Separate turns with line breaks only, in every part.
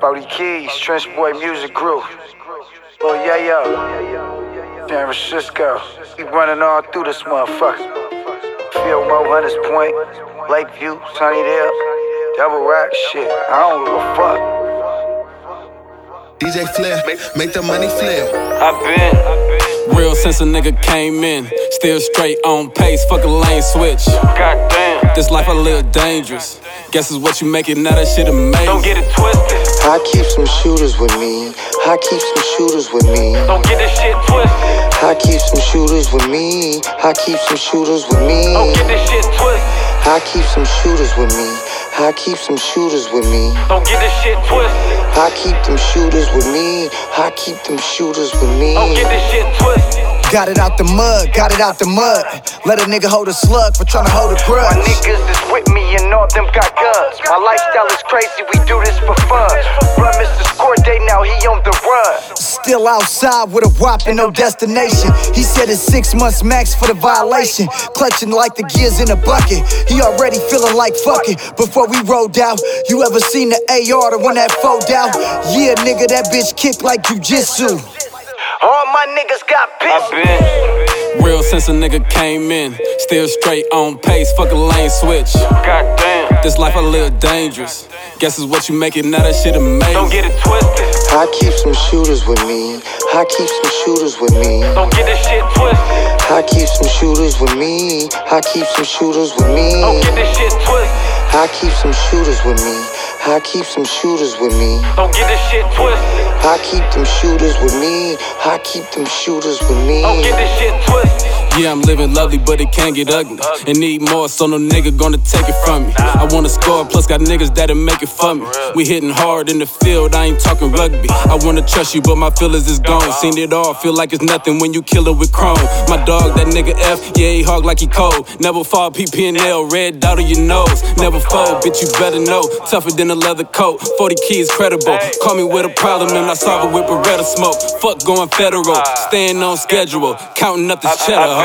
Brody Keys, Trench Boy Music Group. Lil Yayo, San Francisco. We running all through this motherfucker. Feel Mo Hunters Point, Lakeview, Sunnydale, Double Rock, shit. I don't give a fuck.
DJ Flair, make the money flip.
I've been,
Real since a nigga came in. Still straight on pace, fuck a lane switch.
goddamn.
This life I live dangerous. Guess is what you make it, now that shit amazing.
Don't get it twisted.
I keep some shooters with me. I keep some shooters with me.
Don't get this shit twisted.
I keep some shooters with me. I keep some shooters with me.
Don't get this shit twisted.
I keep some shooters with me. I keep some shooters with me.
Don't get this shit twisted.
I keep them shooters with me. I keep them shooters with me.
Don't get this shit twisted.
Got it out the mud, got it out the mud. Let a nigga hold a slug for tryna hold a grudge.
My niggas is with me and all them got guns. My lifestyle is crazy, we do this for fun. Run Mr. Score Day now, he on the run.
Still outside with a whop and no destination. He said it's six months max for the violation. Clutching like the gears in a bucket. He already feeling like fuck it. Before we rolled out, you ever seen the AR, the one that fold out? Yeah, nigga, that bitch kick like jujitsu.
All my niggas got pissed.
Real since a nigga came in. Still straight on pace, fuck a lane switch.
Goddamn.
This life I live dangerous. Guess is what you make it, now that shit amazing.
Don't get it twisted.
I keep some shooters with me. I keep some shooters with me.
Don't get this shit twisted.
I keep some shooters with me. I keep some shooters with me.
Don't get this shit twisted.
I keep some shooters with me. I keep some shooters with me.
Don't get this shit twisted.
I keep them shooters with me. I keep them shooters with me.
Don't get this shit twisted.
Yeah, I'm living lovely, but it can't get ugly. And need more, so no nigga gonna take it from me. I wanna score, plus got niggas that'll make it for me. We hitting hard in the field, I ain't talking rugby. I wanna trust you, but my feelings is gone. Seen it all, feel like it's nothing when you kill it with chrome. My dog, that nigga F, yeah, he hog like he cold. Never fall, PPNL, red dot on your nose. Never fold, bitch, you better know. Tougher than a leather coat, 40 keys credible. Call me with a problem, and I solve it with Beretta smoke. Fuck going federal, staying on schedule, counting up this cheddar, ho.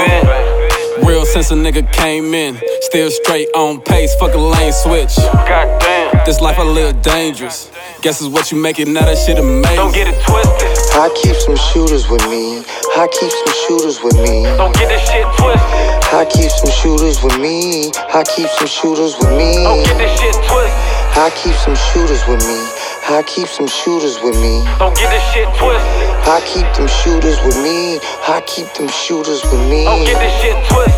Real since a nigga came in. Still straight on pace, fuck a lane switch.
Goddamn.
This life I live dangerous. Guess is what you make it, now that shit
Don't
amazing.
get it twisted.
I keep some shooters with me. I keep some shooters with me.
Don't get this shit twisted.
I keep some shooters with me. I keep some shooters with me.
Don't get this shit twisted.
I keep some shooters with me. I keep some shooters with me.
Don't get this shit twisted.
I keep them shooters with me. I keep them shooters with me.
Oh, Don't get this shit twisted.